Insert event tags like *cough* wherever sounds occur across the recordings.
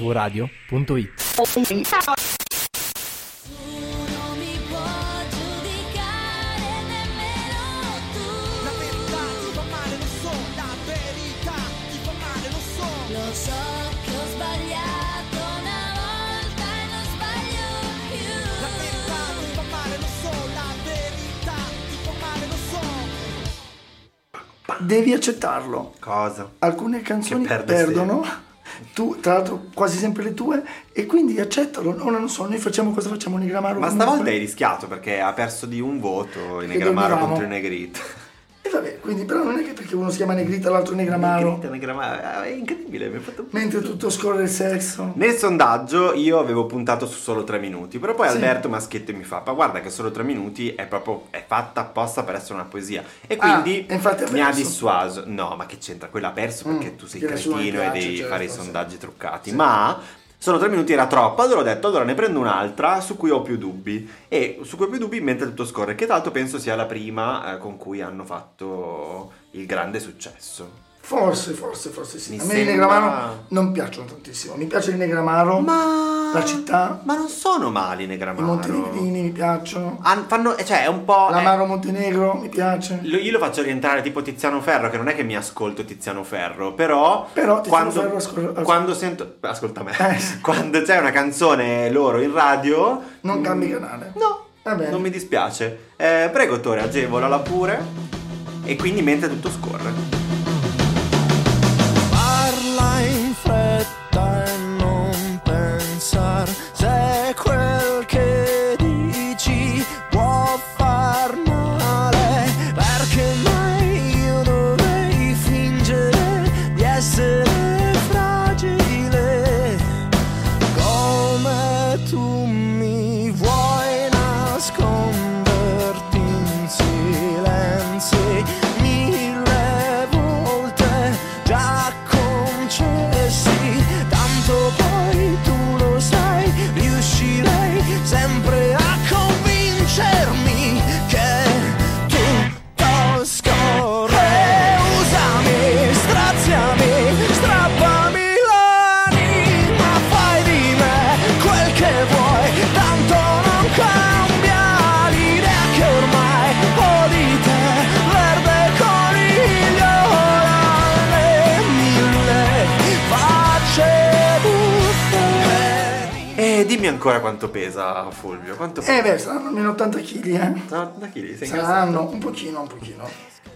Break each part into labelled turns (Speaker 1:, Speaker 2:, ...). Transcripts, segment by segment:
Speaker 1: mvradio.it
Speaker 2: Non mi può giudicare nemmeno tu
Speaker 3: La verità ti fa male, lo so, la verità ti fa male, lo so.
Speaker 2: Lo so che ho sbagliato una volta e non sbaglio
Speaker 3: La verità
Speaker 2: più
Speaker 3: ti fa male, lo so, la verità ti fa male, lo so.
Speaker 4: Devi accettarlo.
Speaker 5: Cosa?
Speaker 4: Alcune canzoni
Speaker 5: Che perde
Speaker 4: perdono, *laughs* tu tra l'altro quasi sempre le tue, e quindi accettalo. Ora non so, noi facciamo cosa facciamo nei Gramaro.
Speaker 5: Ma stavolta hai rischiato perché ha perso di un voto il
Speaker 4: Che
Speaker 5: Negramaro
Speaker 4: dormivamo.
Speaker 5: contro il Negrito.
Speaker 4: E vabbè, quindi però non è che perché uno si chiama Negrita e l'altro Negramaro,
Speaker 5: *laughs* Negrito, Negramaro, ah, è incredibile, mi ha fatto
Speaker 4: mentre tutto scorre il sesso.
Speaker 5: Nel sondaggio io avevo puntato su solo tre minuti, però poi
Speaker 4: Sì.
Speaker 5: Alberto Maschietti mi fa, ma guarda che solo tre minuti è proprio è fatta apposta per essere una poesia. E quindi
Speaker 4: Ah, infatti ha
Speaker 5: mi ha
Speaker 4: perso.
Speaker 5: dissuaso. No, ma che c'entra? Quello ha perso perché
Speaker 4: Mm,
Speaker 5: tu sei
Speaker 4: che nessuno gli
Speaker 5: cretino e
Speaker 4: piace,
Speaker 5: devi
Speaker 4: certo,
Speaker 5: fare i
Speaker 4: sì.
Speaker 5: sondaggi truccati.
Speaker 4: Sì.
Speaker 5: Ma solo tre minuti era troppo, allora ho detto allora ne prendo un'altra su cui ho più dubbi. E su cui ho più dubbi mentre tutto scorre, che tanto penso sia la prima eh, con cui hanno fatto il grande successo.
Speaker 4: Forse, forse, forse sì.
Speaker 5: Mi
Speaker 4: a me i
Speaker 5: sembra-
Speaker 4: Negramaro non piacciono tantissimo. Mi piace il Negramaro,
Speaker 5: Ma...
Speaker 4: la città,
Speaker 5: Ma non sono mali
Speaker 4: i
Speaker 5: Negramaro.
Speaker 4: Montenegrini mi piacciono,
Speaker 5: Han- fanno, cioè, è un po'. è-
Speaker 4: l'Amaro Montenegro mi piace.
Speaker 5: lo- io lo faccio rientrare tipo Tiziano Ferro, che non è che mi ascolto Tiziano Ferro, però.
Speaker 4: Però Tiziano
Speaker 5: quando,
Speaker 4: Ferro ascol-
Speaker 5: quando sento. Ascolta me.
Speaker 4: Eh, sì.
Speaker 5: *laughs* Quando c'è una canzone loro in radio.
Speaker 4: Non
Speaker 5: mm,
Speaker 4: cambi canale.
Speaker 5: No,
Speaker 4: Va bene.
Speaker 5: non mi dispiace. Eh, prego, Tore, agevolala pure. E quindi mentre tutto scorre.
Speaker 6: Parla in fretta e non pensar se quel che dici può far male. Perché mai io dovrei fingere di essere fragile? Come tu mi vuoi nasconderti in silenzi mille volte già concessi, tanto poi tu lo sai, riuscirei sempre a convincermi che tutto scorre. Usami, straziami, strappami l'anima, fai di me quel che vuoi, tanto non cambia l'idea che ormai ho di te, verde conigliola, le mille facce buffe.
Speaker 5: E Eh, dimmi ancora quanto pesa Fulvio. Quanto pesa?
Speaker 4: Eh beh, saranno almeno 80 kg, eh.
Speaker 5: No, da chi li sei incassato?
Speaker 4: Saranno un pochino, un pochino.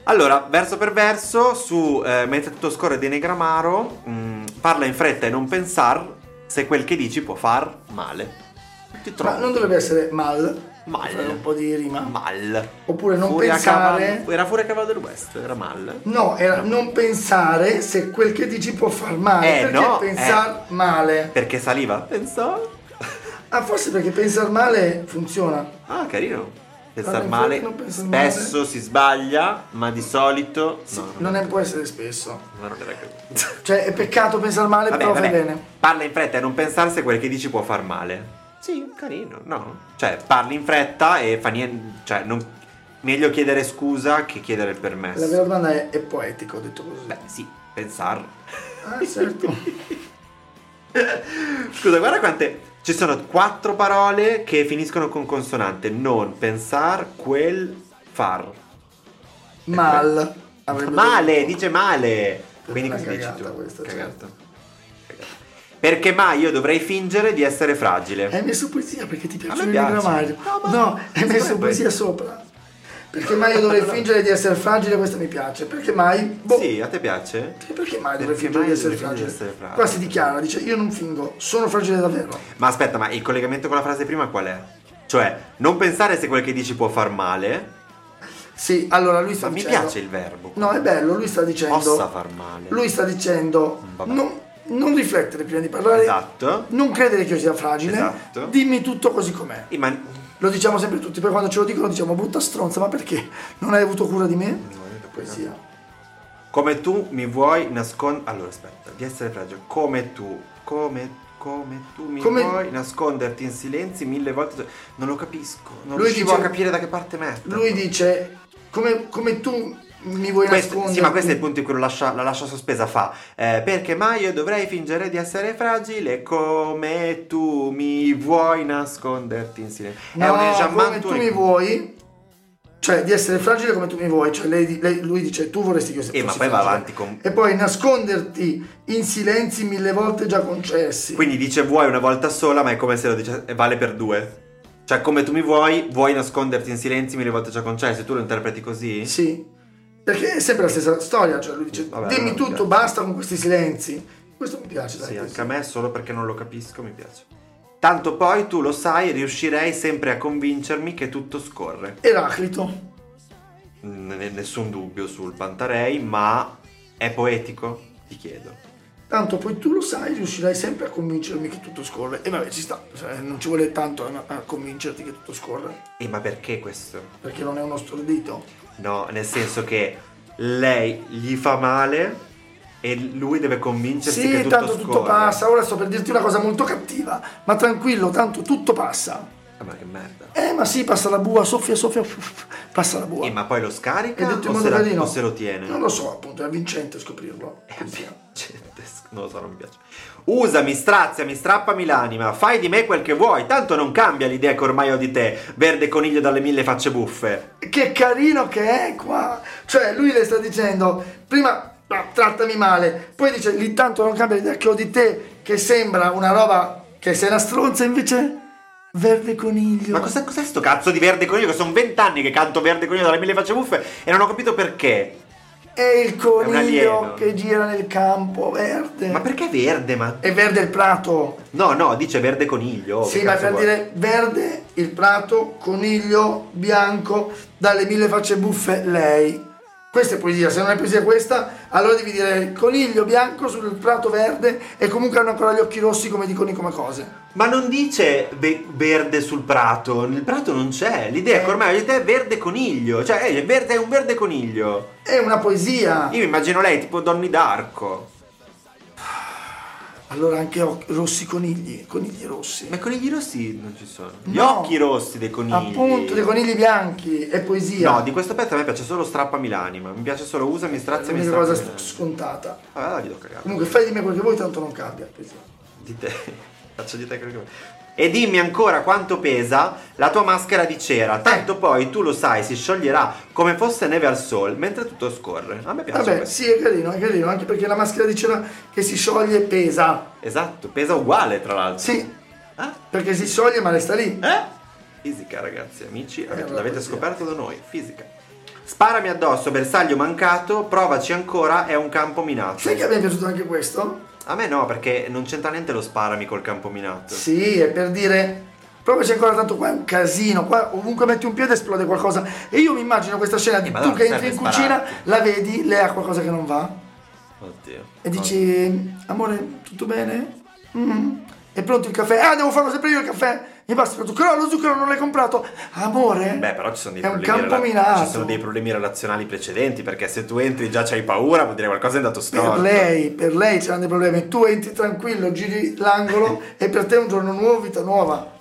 Speaker 5: Allora, verso per verso, su eh, Mentre tutto scorre di Negramaro, mh, parla in fretta e non pensar se quel che dici può far male. Ti trovo.
Speaker 4: Ma non dovrebbe essere mal,
Speaker 5: Mal.
Speaker 4: fare un po' di rima.
Speaker 5: Mal.
Speaker 4: Oppure non
Speaker 5: Furia
Speaker 4: pensare-
Speaker 5: cavallo- era fuori a cavallo del West, era mal.
Speaker 4: No, era non pensare se quel che dici può far male.
Speaker 5: Eh,
Speaker 4: perché
Speaker 5: no,
Speaker 4: pensar male?
Speaker 5: Perché saliva? Pensò. *laughs*
Speaker 4: Ah, forse perché pensar male funziona.
Speaker 5: Ah, carino. Pensar
Speaker 4: Parla in
Speaker 5: male.
Speaker 4: fretta e non pensar male.
Speaker 5: Spesso si sbaglia, ma di solito. no, no,
Speaker 4: Non è, può essere spesso.
Speaker 5: no, non era così.
Speaker 4: Cioè, è peccato pensar male,
Speaker 5: Vabbè,
Speaker 4: però fai
Speaker 5: vabbè.
Speaker 4: bene.
Speaker 5: Parla in fretta e non pensare se quel che dici può far male. Sì, carino, no? Cioè, parli in fretta e fa niente. Cioè, non- meglio chiedere scusa che chiedere il
Speaker 4: La vera
Speaker 5: permesso.
Speaker 4: domanda è, è poetico, ho detto così.
Speaker 5: Beh, sì, pensar. *laughs*
Speaker 4: Ah, certo.
Speaker 5: Scusa, guarda quante. Ci sono quattro parole che finiscono con consonante. Non pensar, quel, far.
Speaker 4: Mal.
Speaker 5: *laughs*
Speaker 4: avrebbe
Speaker 5: Male,
Speaker 4: detto.
Speaker 5: dice male.
Speaker 4: È
Speaker 5: Quindi
Speaker 4: una
Speaker 5: cosa dici
Speaker 4: cagata
Speaker 5: tu?
Speaker 4: questa, certo.
Speaker 5: Cagata. Cagata. Perché mai io dovrei fingere di essere fragile?
Speaker 4: Hai messo poesia perché ti piacciono i
Speaker 5: piace.
Speaker 4: grammari.
Speaker 5: No, ma-
Speaker 4: No, hai
Speaker 5: Sì,
Speaker 4: messo
Speaker 5: poi-
Speaker 4: poesia sopra. Perché mai io dovrei fingere di essere fragile, questa mi piace. Perché mai? Boh.
Speaker 5: Sì, a te piace?
Speaker 4: E Perché mai dovrei
Speaker 5: Perché
Speaker 4: fingere
Speaker 5: mai
Speaker 4: di essere
Speaker 5: dovrei
Speaker 4: fragile?
Speaker 5: fingere di essere fragile?
Speaker 4: Qua si dichiara, dice io non fingo, sono fragile davvero.
Speaker 5: Ma aspetta, ma il collegamento con la frase prima qual è? Cioè, non pensare se quel che dici può far male.
Speaker 4: Sì, allora lui sta
Speaker 5: Ma mi
Speaker 4: dicendo...
Speaker 5: piace il verbo.
Speaker 4: No, è bello, lui sta dicendo...
Speaker 5: Possa far male.
Speaker 4: Lui sta dicendo
Speaker 5: Vabbè.
Speaker 4: non, non riflettere prima di parlare,
Speaker 5: Esatto.
Speaker 4: non credere che io sia fragile,
Speaker 5: Esatto.
Speaker 4: dimmi tutto così com'è.
Speaker 5: Eh, Ma
Speaker 4: Lo diciamo sempre tutti, poi quando ce lo dicono diciamo brutta stronza, ma perché? Non hai avuto cura di me? Poesia.
Speaker 5: come tu mi vuoi nascondere. Allora, aspetta, di essere fragile. Come tu, come, come tu mi
Speaker 4: Come-
Speaker 5: vuoi nasconderti in silenzi mille volte. Non lo capisco. Non
Speaker 4: Lui
Speaker 5: riuscivo
Speaker 4: dice-
Speaker 5: a capire da che parte metterlo.
Speaker 4: Lui dice come, come tu mi vuoi
Speaker 5: Questo,
Speaker 4: nascondere?
Speaker 5: sì, ma questo è il punto in cui lo lascia- la lascia sospesa. Fa eh, perché mai io dovrei fingere di essere fragile come tu mi vuoi nasconderti in silenzio?
Speaker 4: No,
Speaker 5: è un enjambment
Speaker 4: come tu
Speaker 5: unico.
Speaker 4: mi vuoi, cioè di essere fragile come tu mi vuoi, cioè lei di- lei- lui dice tu vorresti che io sia
Speaker 5: Eh, ma
Speaker 4: fossi
Speaker 5: poi va
Speaker 4: fragile.
Speaker 5: avanti con-
Speaker 4: E poi nasconderti in silenzi mille volte già concessi.
Speaker 5: Quindi dice vuoi una volta sola, ma è come se lo dice e vale per due. Cioè, come tu mi vuoi, vuoi nasconderti in silenzi mille volte già concessi, tu lo interpreti così?
Speaker 4: Sì, perché è sempre la stessa storia, cioè lui dice
Speaker 5: Vabbè,
Speaker 4: dimmi
Speaker 5: allora mi
Speaker 4: tutto,
Speaker 5: piace.
Speaker 4: basta con questi silenzi. Questo mi piace, dai.
Speaker 5: Sì,
Speaker 4: questo.
Speaker 5: anche a me solo perché non lo capisco mi piace. Tanto poi tu lo sai, riuscirei sempre a convincermi che tutto scorre.
Speaker 4: Eraclito.
Speaker 5: N- nessun dubbio sul Pantarei, ma è poetico? Ti chiedo.
Speaker 4: Tanto poi tu lo sai, riuscirai sempre a convincermi che tutto scorre. E vabbè, ci sta, cioè, non ci vuole tanto a, a convincerti che tutto scorre,
Speaker 5: E ma perché questo?
Speaker 4: perché non è uno stordito.
Speaker 5: No, nel senso che lei gli fa male e lui deve convincersi Certo che
Speaker 4: Sì,
Speaker 5: tutto
Speaker 4: tanto
Speaker 5: scorre.
Speaker 4: tutto passa. Ora sto per dirti una cosa molto cattiva, ma tranquillo, tanto tutto passa.
Speaker 5: Ah, ma che merda.
Speaker 4: Eh, ma sì, passa la bua, soffia, soffia, uff, passa la bua.
Speaker 5: Eh, ma poi lo
Speaker 4: È
Speaker 5: scarica
Speaker 4: detto in
Speaker 5: o
Speaker 4: modo
Speaker 5: se, la-
Speaker 4: carino.
Speaker 5: o se lo tiene? Eh,
Speaker 4: Non lo
Speaker 5: *laughs*
Speaker 4: so, appunto, è vincente scoprirlo.
Speaker 5: Gente, Non lo so, non mi piace. Usami, straziami, strappami l'anima, fai di me quel che vuoi, tanto non cambia l'idea che ormai ho di te, verde coniglio dalle mille facce buffe.
Speaker 4: Che carino che è qua! Cioè, lui le sta dicendo, prima "Ah, trattami male, poi dice, lì tanto non cambia l'idea che ho di te, che sembra una roba che sei una stronza, invece verde coniglio.
Speaker 5: Ma cos'è, cos'è sto cazzo di verde coniglio? Che sono vent'anni che canto verde coniglio dalle mille facce buffe e non ho capito perché.
Speaker 4: È il coniglio
Speaker 5: alieno.
Speaker 4: che gira nel campo, verde.
Speaker 5: Ma perché verde? Ma...
Speaker 4: È verde il prato.
Speaker 5: No, no, dice verde coniglio.
Speaker 4: Sì,
Speaker 5: Oh, che
Speaker 4: ma
Speaker 5: cazzo
Speaker 4: per
Speaker 5: vuoi?
Speaker 4: dire verde, il prato, coniglio, bianco, dalle mille facce buffe, lei. Questa è poesia, se non è poesia questa, allora devi dire coniglio bianco sul prato verde e comunque hanno ancora gli occhi rossi come dicono i come cose.
Speaker 5: Ma non dice ve- verde sul prato, nel prato non c'è. L'idea
Speaker 4: Eh.
Speaker 5: che ormai ho di te è verde coniglio, cioè eh, verde- è un verde coniglio.
Speaker 4: È una poesia.
Speaker 5: Io mi immagino lei tipo Donny Darko.
Speaker 4: Allora anche oc- rossi conigli, conigli rossi.
Speaker 5: Ma i conigli rossi non ci sono. Gli
Speaker 4: No.
Speaker 5: occhi rossi dei conigli.
Speaker 4: Appunto, dei conigli bianchi, è poesia.
Speaker 5: No, di questo pezzo a me piace solo strappami l'anima. Mi piace solo usami,
Speaker 4: è
Speaker 5: straziami,
Speaker 4: una cosa
Speaker 5: strappami
Speaker 4: sc-
Speaker 5: l'anima.
Speaker 4: scontata.
Speaker 5: Ah, gli do cagare.
Speaker 4: Comunque fai di me quel che vuoi, tanto non cambia. poesia.
Speaker 5: Di te. *laughs* Faccio di te quello che vuoi. E dimmi ancora quanto pesa la tua maschera di
Speaker 4: Eh.
Speaker 5: cera. Tanto poi tu lo sai, si scioglierà come fosse neve al sol mentre tutto scorre. A me piace
Speaker 4: Vabbè,
Speaker 5: questo.
Speaker 4: sì, è carino, è carino, anche perché la maschera di cera che si scioglie pesa.
Speaker 5: Esatto, pesa uguale tra l'altro.
Speaker 4: Sì,
Speaker 5: Ah,
Speaker 4: perché si scioglie ma resta lì.
Speaker 5: Eh? Fisica, ragazzi, amici, avete-
Speaker 4: allora
Speaker 5: l'avete
Speaker 4: così.
Speaker 5: scoperto da noi, fisica. Sparami addosso, bersaglio mancato, provaci ancora, è un campo minato.
Speaker 4: Sai che a me è piaciuto anche questo?
Speaker 5: A me no, perché non c'entra niente lo sparami col campo minato.
Speaker 4: Sì, è per dire. Proprio c'è ancora tanto qua è un casino, qua ovunque metti un piede esplode qualcosa. E io mi immagino questa scena di
Speaker 5: Eh, ma
Speaker 4: tu
Speaker 5: no,
Speaker 4: che entri
Speaker 5: serve
Speaker 4: in cucina,
Speaker 5: spararti.
Speaker 4: la vedi, lei ha qualcosa che non va
Speaker 5: Oddio.
Speaker 4: e dici "Amore, tutto bene? Mm. È pronto il caffè? Ah, devo farlo sempre io il caffè. Mi basta lo zucchero, lo zucchero non l'hai comprato. Amore?
Speaker 5: Beh, però ci sono dei
Speaker 4: È un
Speaker 5: problemi.
Speaker 4: campo
Speaker 5: rela-
Speaker 4: minato.
Speaker 5: Ci sono dei problemi relazionali precedenti, perché se tu entri già c'hai paura, vuol dire qualcosa è andato
Speaker 4: Per
Speaker 5: storto.
Speaker 4: lei, per lei c'erano dei problemi. Tu entri tranquillo, giri
Speaker 5: *laughs*
Speaker 4: l'angolo e per te è un giorno nuovo, vita nuova.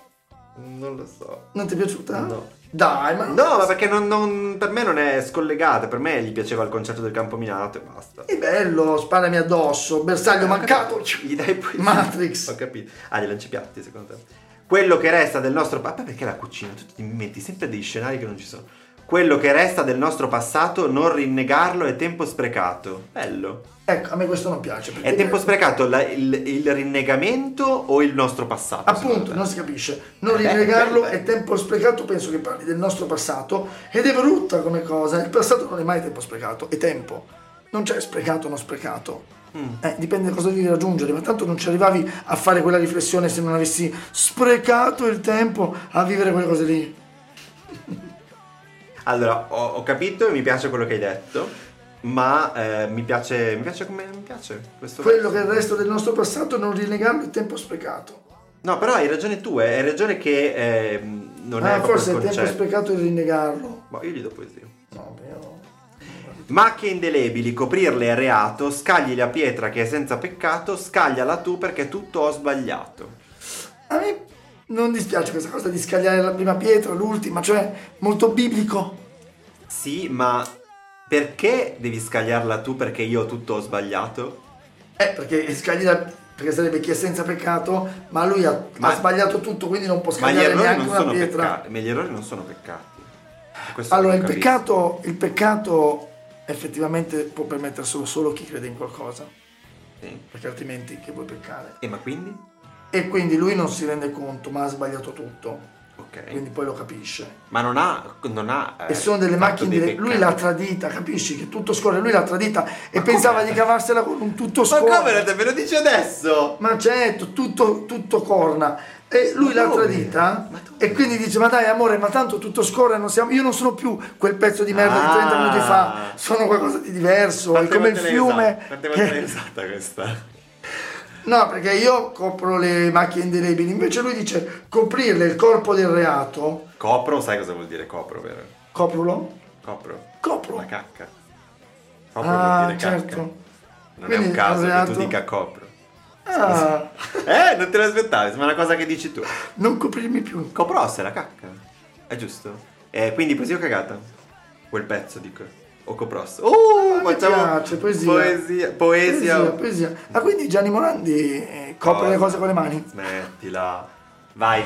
Speaker 5: Non lo so.
Speaker 4: Non ti è piaciuta?
Speaker 5: No.
Speaker 4: Dai, ma
Speaker 5: No, ma perché non, non- per me non è scollegata, per me gli piaceva il concetto del campo minato e basta.
Speaker 4: È bello, sparami addosso,
Speaker 5: Eh,
Speaker 4: bersaglio mancato.
Speaker 5: Gli dai poi Ho
Speaker 4: Matrix.
Speaker 5: capito. Ah, gli lanciapiatti, secondo te. Quello che resta del nostro papà, perché la cucina, tu ti metti sempre dei scenari che non ci sono. Quello che resta del nostro passato, non rinnegarlo è tempo sprecato. Bello.
Speaker 4: Ecco, a me questo non piace. perché-
Speaker 5: È tempo sprecato la- il, il rinnegamento o il nostro passato? secondo
Speaker 4: Appunto,
Speaker 5: te?
Speaker 4: non si capisce. Non
Speaker 5: Eh, beh,
Speaker 4: rinnegarlo
Speaker 5: beh, beh.
Speaker 4: è tempo sprecato, penso che parli del nostro passato ed è brutta come cosa. Il passato non è mai tempo sprecato, è tempo. Non c'è sprecato o non sprecato.
Speaker 5: Mm.
Speaker 4: Eh, dipende da cosa devi raggiungere, ma tanto non ci arrivavi a fare quella riflessione se non avessi sprecato il tempo a vivere quelle cose lì.
Speaker 5: Allora, ho, ho capito e mi piace quello che hai detto, ma eh, mi piace, mi piace come mi piace questo
Speaker 4: Quello che è
Speaker 5: verso.
Speaker 4: il resto del nostro passato non rinnegarlo è tempo sprecato.
Speaker 5: No, però hai ragione tu, eh, hai ragione che eh, non è
Speaker 4: Ah,
Speaker 5: proprio
Speaker 4: forse
Speaker 5: il
Speaker 4: è tempo
Speaker 5: concetto.
Speaker 4: sprecato di rinnegarlo.
Speaker 5: Ma io gli do poesia.
Speaker 4: No, però...
Speaker 5: Macchie indelebili, coprirle è reato, scagli la pietra che è senza peccato, scagliala tu perché tutto ho sbagliato.
Speaker 4: A me non dispiace questa cosa di scagliare la prima pietra, l'ultima, cioè molto biblico.
Speaker 5: Sì, ma Perché devi scagliarla tu perché io tutto ho sbagliato?
Speaker 4: Eh, perché scagli la- perché sarebbe chi è senza peccato, ma lui ha,
Speaker 5: Ma-
Speaker 4: ha sbagliato tutto, quindi non può
Speaker 5: Ma gli
Speaker 4: scagliare
Speaker 5: errori non
Speaker 4: neanche una
Speaker 5: sono
Speaker 4: pietra.
Speaker 5: peccati. Ma gli errori non sono peccati. Questo
Speaker 4: Allora, il
Speaker 5: non capisco.
Speaker 4: peccato, il peccato effettivamente può permetterselo solo chi crede in qualcosa,
Speaker 5: Sì.
Speaker 4: perché altrimenti che vuoi peccare?
Speaker 5: E ma quindi?
Speaker 4: E quindi lui non si rende conto, ma ha sbagliato tutto.
Speaker 5: Ok.
Speaker 4: Quindi poi lo capisce.
Speaker 5: Ma non ha. Non ha eh,
Speaker 4: e sono delle macchine dire- lui l'ha tradita capisci che tutto scorre lui l'ha tradita e pensava di cavarsela con un tutto
Speaker 5: Ma
Speaker 4: scorre
Speaker 5: come te ve lo dice adesso?
Speaker 4: ma certo tutto, tutto corna e lui
Speaker 5: Ma
Speaker 4: l'ha
Speaker 5: dove?
Speaker 4: tradita
Speaker 5: Ma dove?
Speaker 4: e quindi dice ma dai amore ma tanto tutto scorre non siamo- io non sono più quel pezzo di merda
Speaker 5: Ah.
Speaker 4: di 30 minuti fa sono qualcosa di diverso è
Speaker 5: Quante
Speaker 4: come il
Speaker 5: volte l'hai
Speaker 4: fiume
Speaker 5: usata? Quante
Speaker 4: che-
Speaker 5: volte l'hai usata questa?
Speaker 4: No, perché io copro le macchie indelebili, invece lui dice coprirle il corpo del reato,
Speaker 5: Copro, sai cosa vuol dire copro, vero?
Speaker 4: coprilo,
Speaker 5: Copro.
Speaker 4: Copro.
Speaker 5: La cacca. Copro
Speaker 4: Ah,
Speaker 5: vuol dire
Speaker 4: certo.
Speaker 5: cacca. Non
Speaker 4: Quindi
Speaker 5: è un caso
Speaker 4: aveato-
Speaker 5: che tu dica copro.
Speaker 4: Ah,
Speaker 5: Eh, non te l'aspettavi, ma è una cosa che dici tu.
Speaker 4: non coprirmi più.
Speaker 5: Coprosse la cacca. È giusto? Eh, quindi poesia o cagata? Quel pezzo, dico. O coprosse. Oh,
Speaker 4: Ah, mi
Speaker 5: facciamo...
Speaker 4: piace, poesia.
Speaker 5: Poesia. Poesia.
Speaker 4: Poesia, poesia. Ah, quindi Gianni Morandi eh, copre le cose con le mani?
Speaker 5: Smettila. Vai.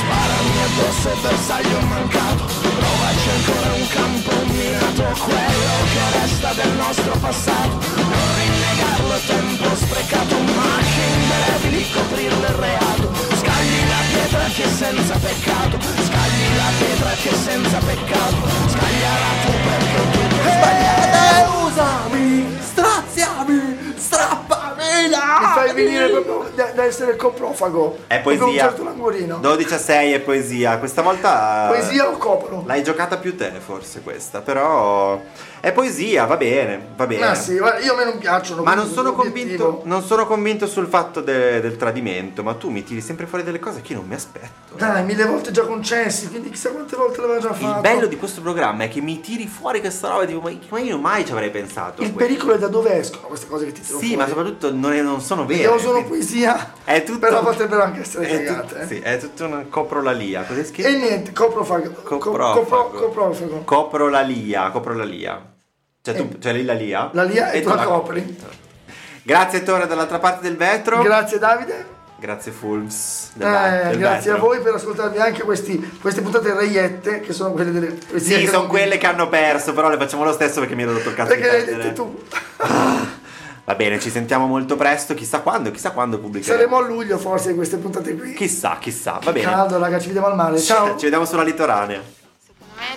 Speaker 6: Sparami addosso e bersaglio mancato Provaci ancora un campo minato Quello che resta del nostro passato Non rinnegarlo è tempo sprecato Macchie indelebili, coprirle il reato Scagli la pietra che è senza peccato Scagli la pietra che è senza peccato Scagliala tu perché tu hai sbagliato Usami, Eh, straziami, strappami
Speaker 4: Mi fai venire proprio da, da essere coprofago.
Speaker 5: Ah, È
Speaker 4: Proprio
Speaker 5: poesia.
Speaker 4: Un certo languorino.
Speaker 5: 12 a 6 è poesia. Questa volta...
Speaker 4: Poesia o copro?
Speaker 5: L'hai giocata più te forse questa, però è poesia, va bene, va bene.
Speaker 4: Ma Ah, sì, guarda, io a me non piacciono.
Speaker 5: Ma non
Speaker 4: quindi
Speaker 5: sono,
Speaker 4: l'obiettivo-
Speaker 5: convinto, non sono convinto sul fatto de- del tradimento, ma tu mi tiri sempre fuori delle cose che io non mi aspetto. eh.
Speaker 4: Dai, mille volte già concessi, quindi chissà quante volte l'aveva già fatto.
Speaker 5: Il bello di questo programma è che mi tiri fuori questa roba, tipo, ma ma io mai ci avrei pensato. a
Speaker 4: Il
Speaker 5: questo.
Speaker 4: pericolo è da dove escono queste cose che ti tirano
Speaker 5: Sì, ma
Speaker 4: fuori.
Speaker 5: soprattutto non, è- non sono vere.
Speaker 4: Io sono poesia.
Speaker 5: È tutto-
Speaker 4: Però potrebbero anche essere
Speaker 5: è tut-
Speaker 4: cagate. eh.
Speaker 5: Sì, è tutta una coprolalia. Cos'è scritto?
Speaker 4: E niente, coprofago. co-
Speaker 5: Coprofago.
Speaker 4: copro- coprofago. Eh.
Speaker 5: Coprolalia, coprolalia. Cioè tu, cioè lì la lia.
Speaker 4: La lia e tu la copri.
Speaker 5: Grazie Tore dall'altra parte del vetro.
Speaker 4: Grazie Davide.
Speaker 5: grazie Fulms. del-
Speaker 4: Eh,
Speaker 5: del
Speaker 4: grazie a
Speaker 5: vetro.
Speaker 4: voi per ascoltarvi anche questi, queste puntate reiette che sono quelle delle poesie
Speaker 5: Sì,
Speaker 4: che
Speaker 5: sono
Speaker 4: non-
Speaker 5: quelle che hanno perso, però le facciamo lo stesso perché mi ero rotto il cazzo di
Speaker 4: perché le hai
Speaker 5: perdere.
Speaker 4: dette tu
Speaker 5: Va bene, ci sentiamo molto presto, chissà quando, chissà quando pubblicheremo.
Speaker 4: saremo a luglio forse queste puntate qui
Speaker 5: Chissà, chissà, va bene.
Speaker 4: caldo raga ci vediamo al mare ciao
Speaker 5: Ci vediamo sulla litoranea.
Speaker 1: Secondo me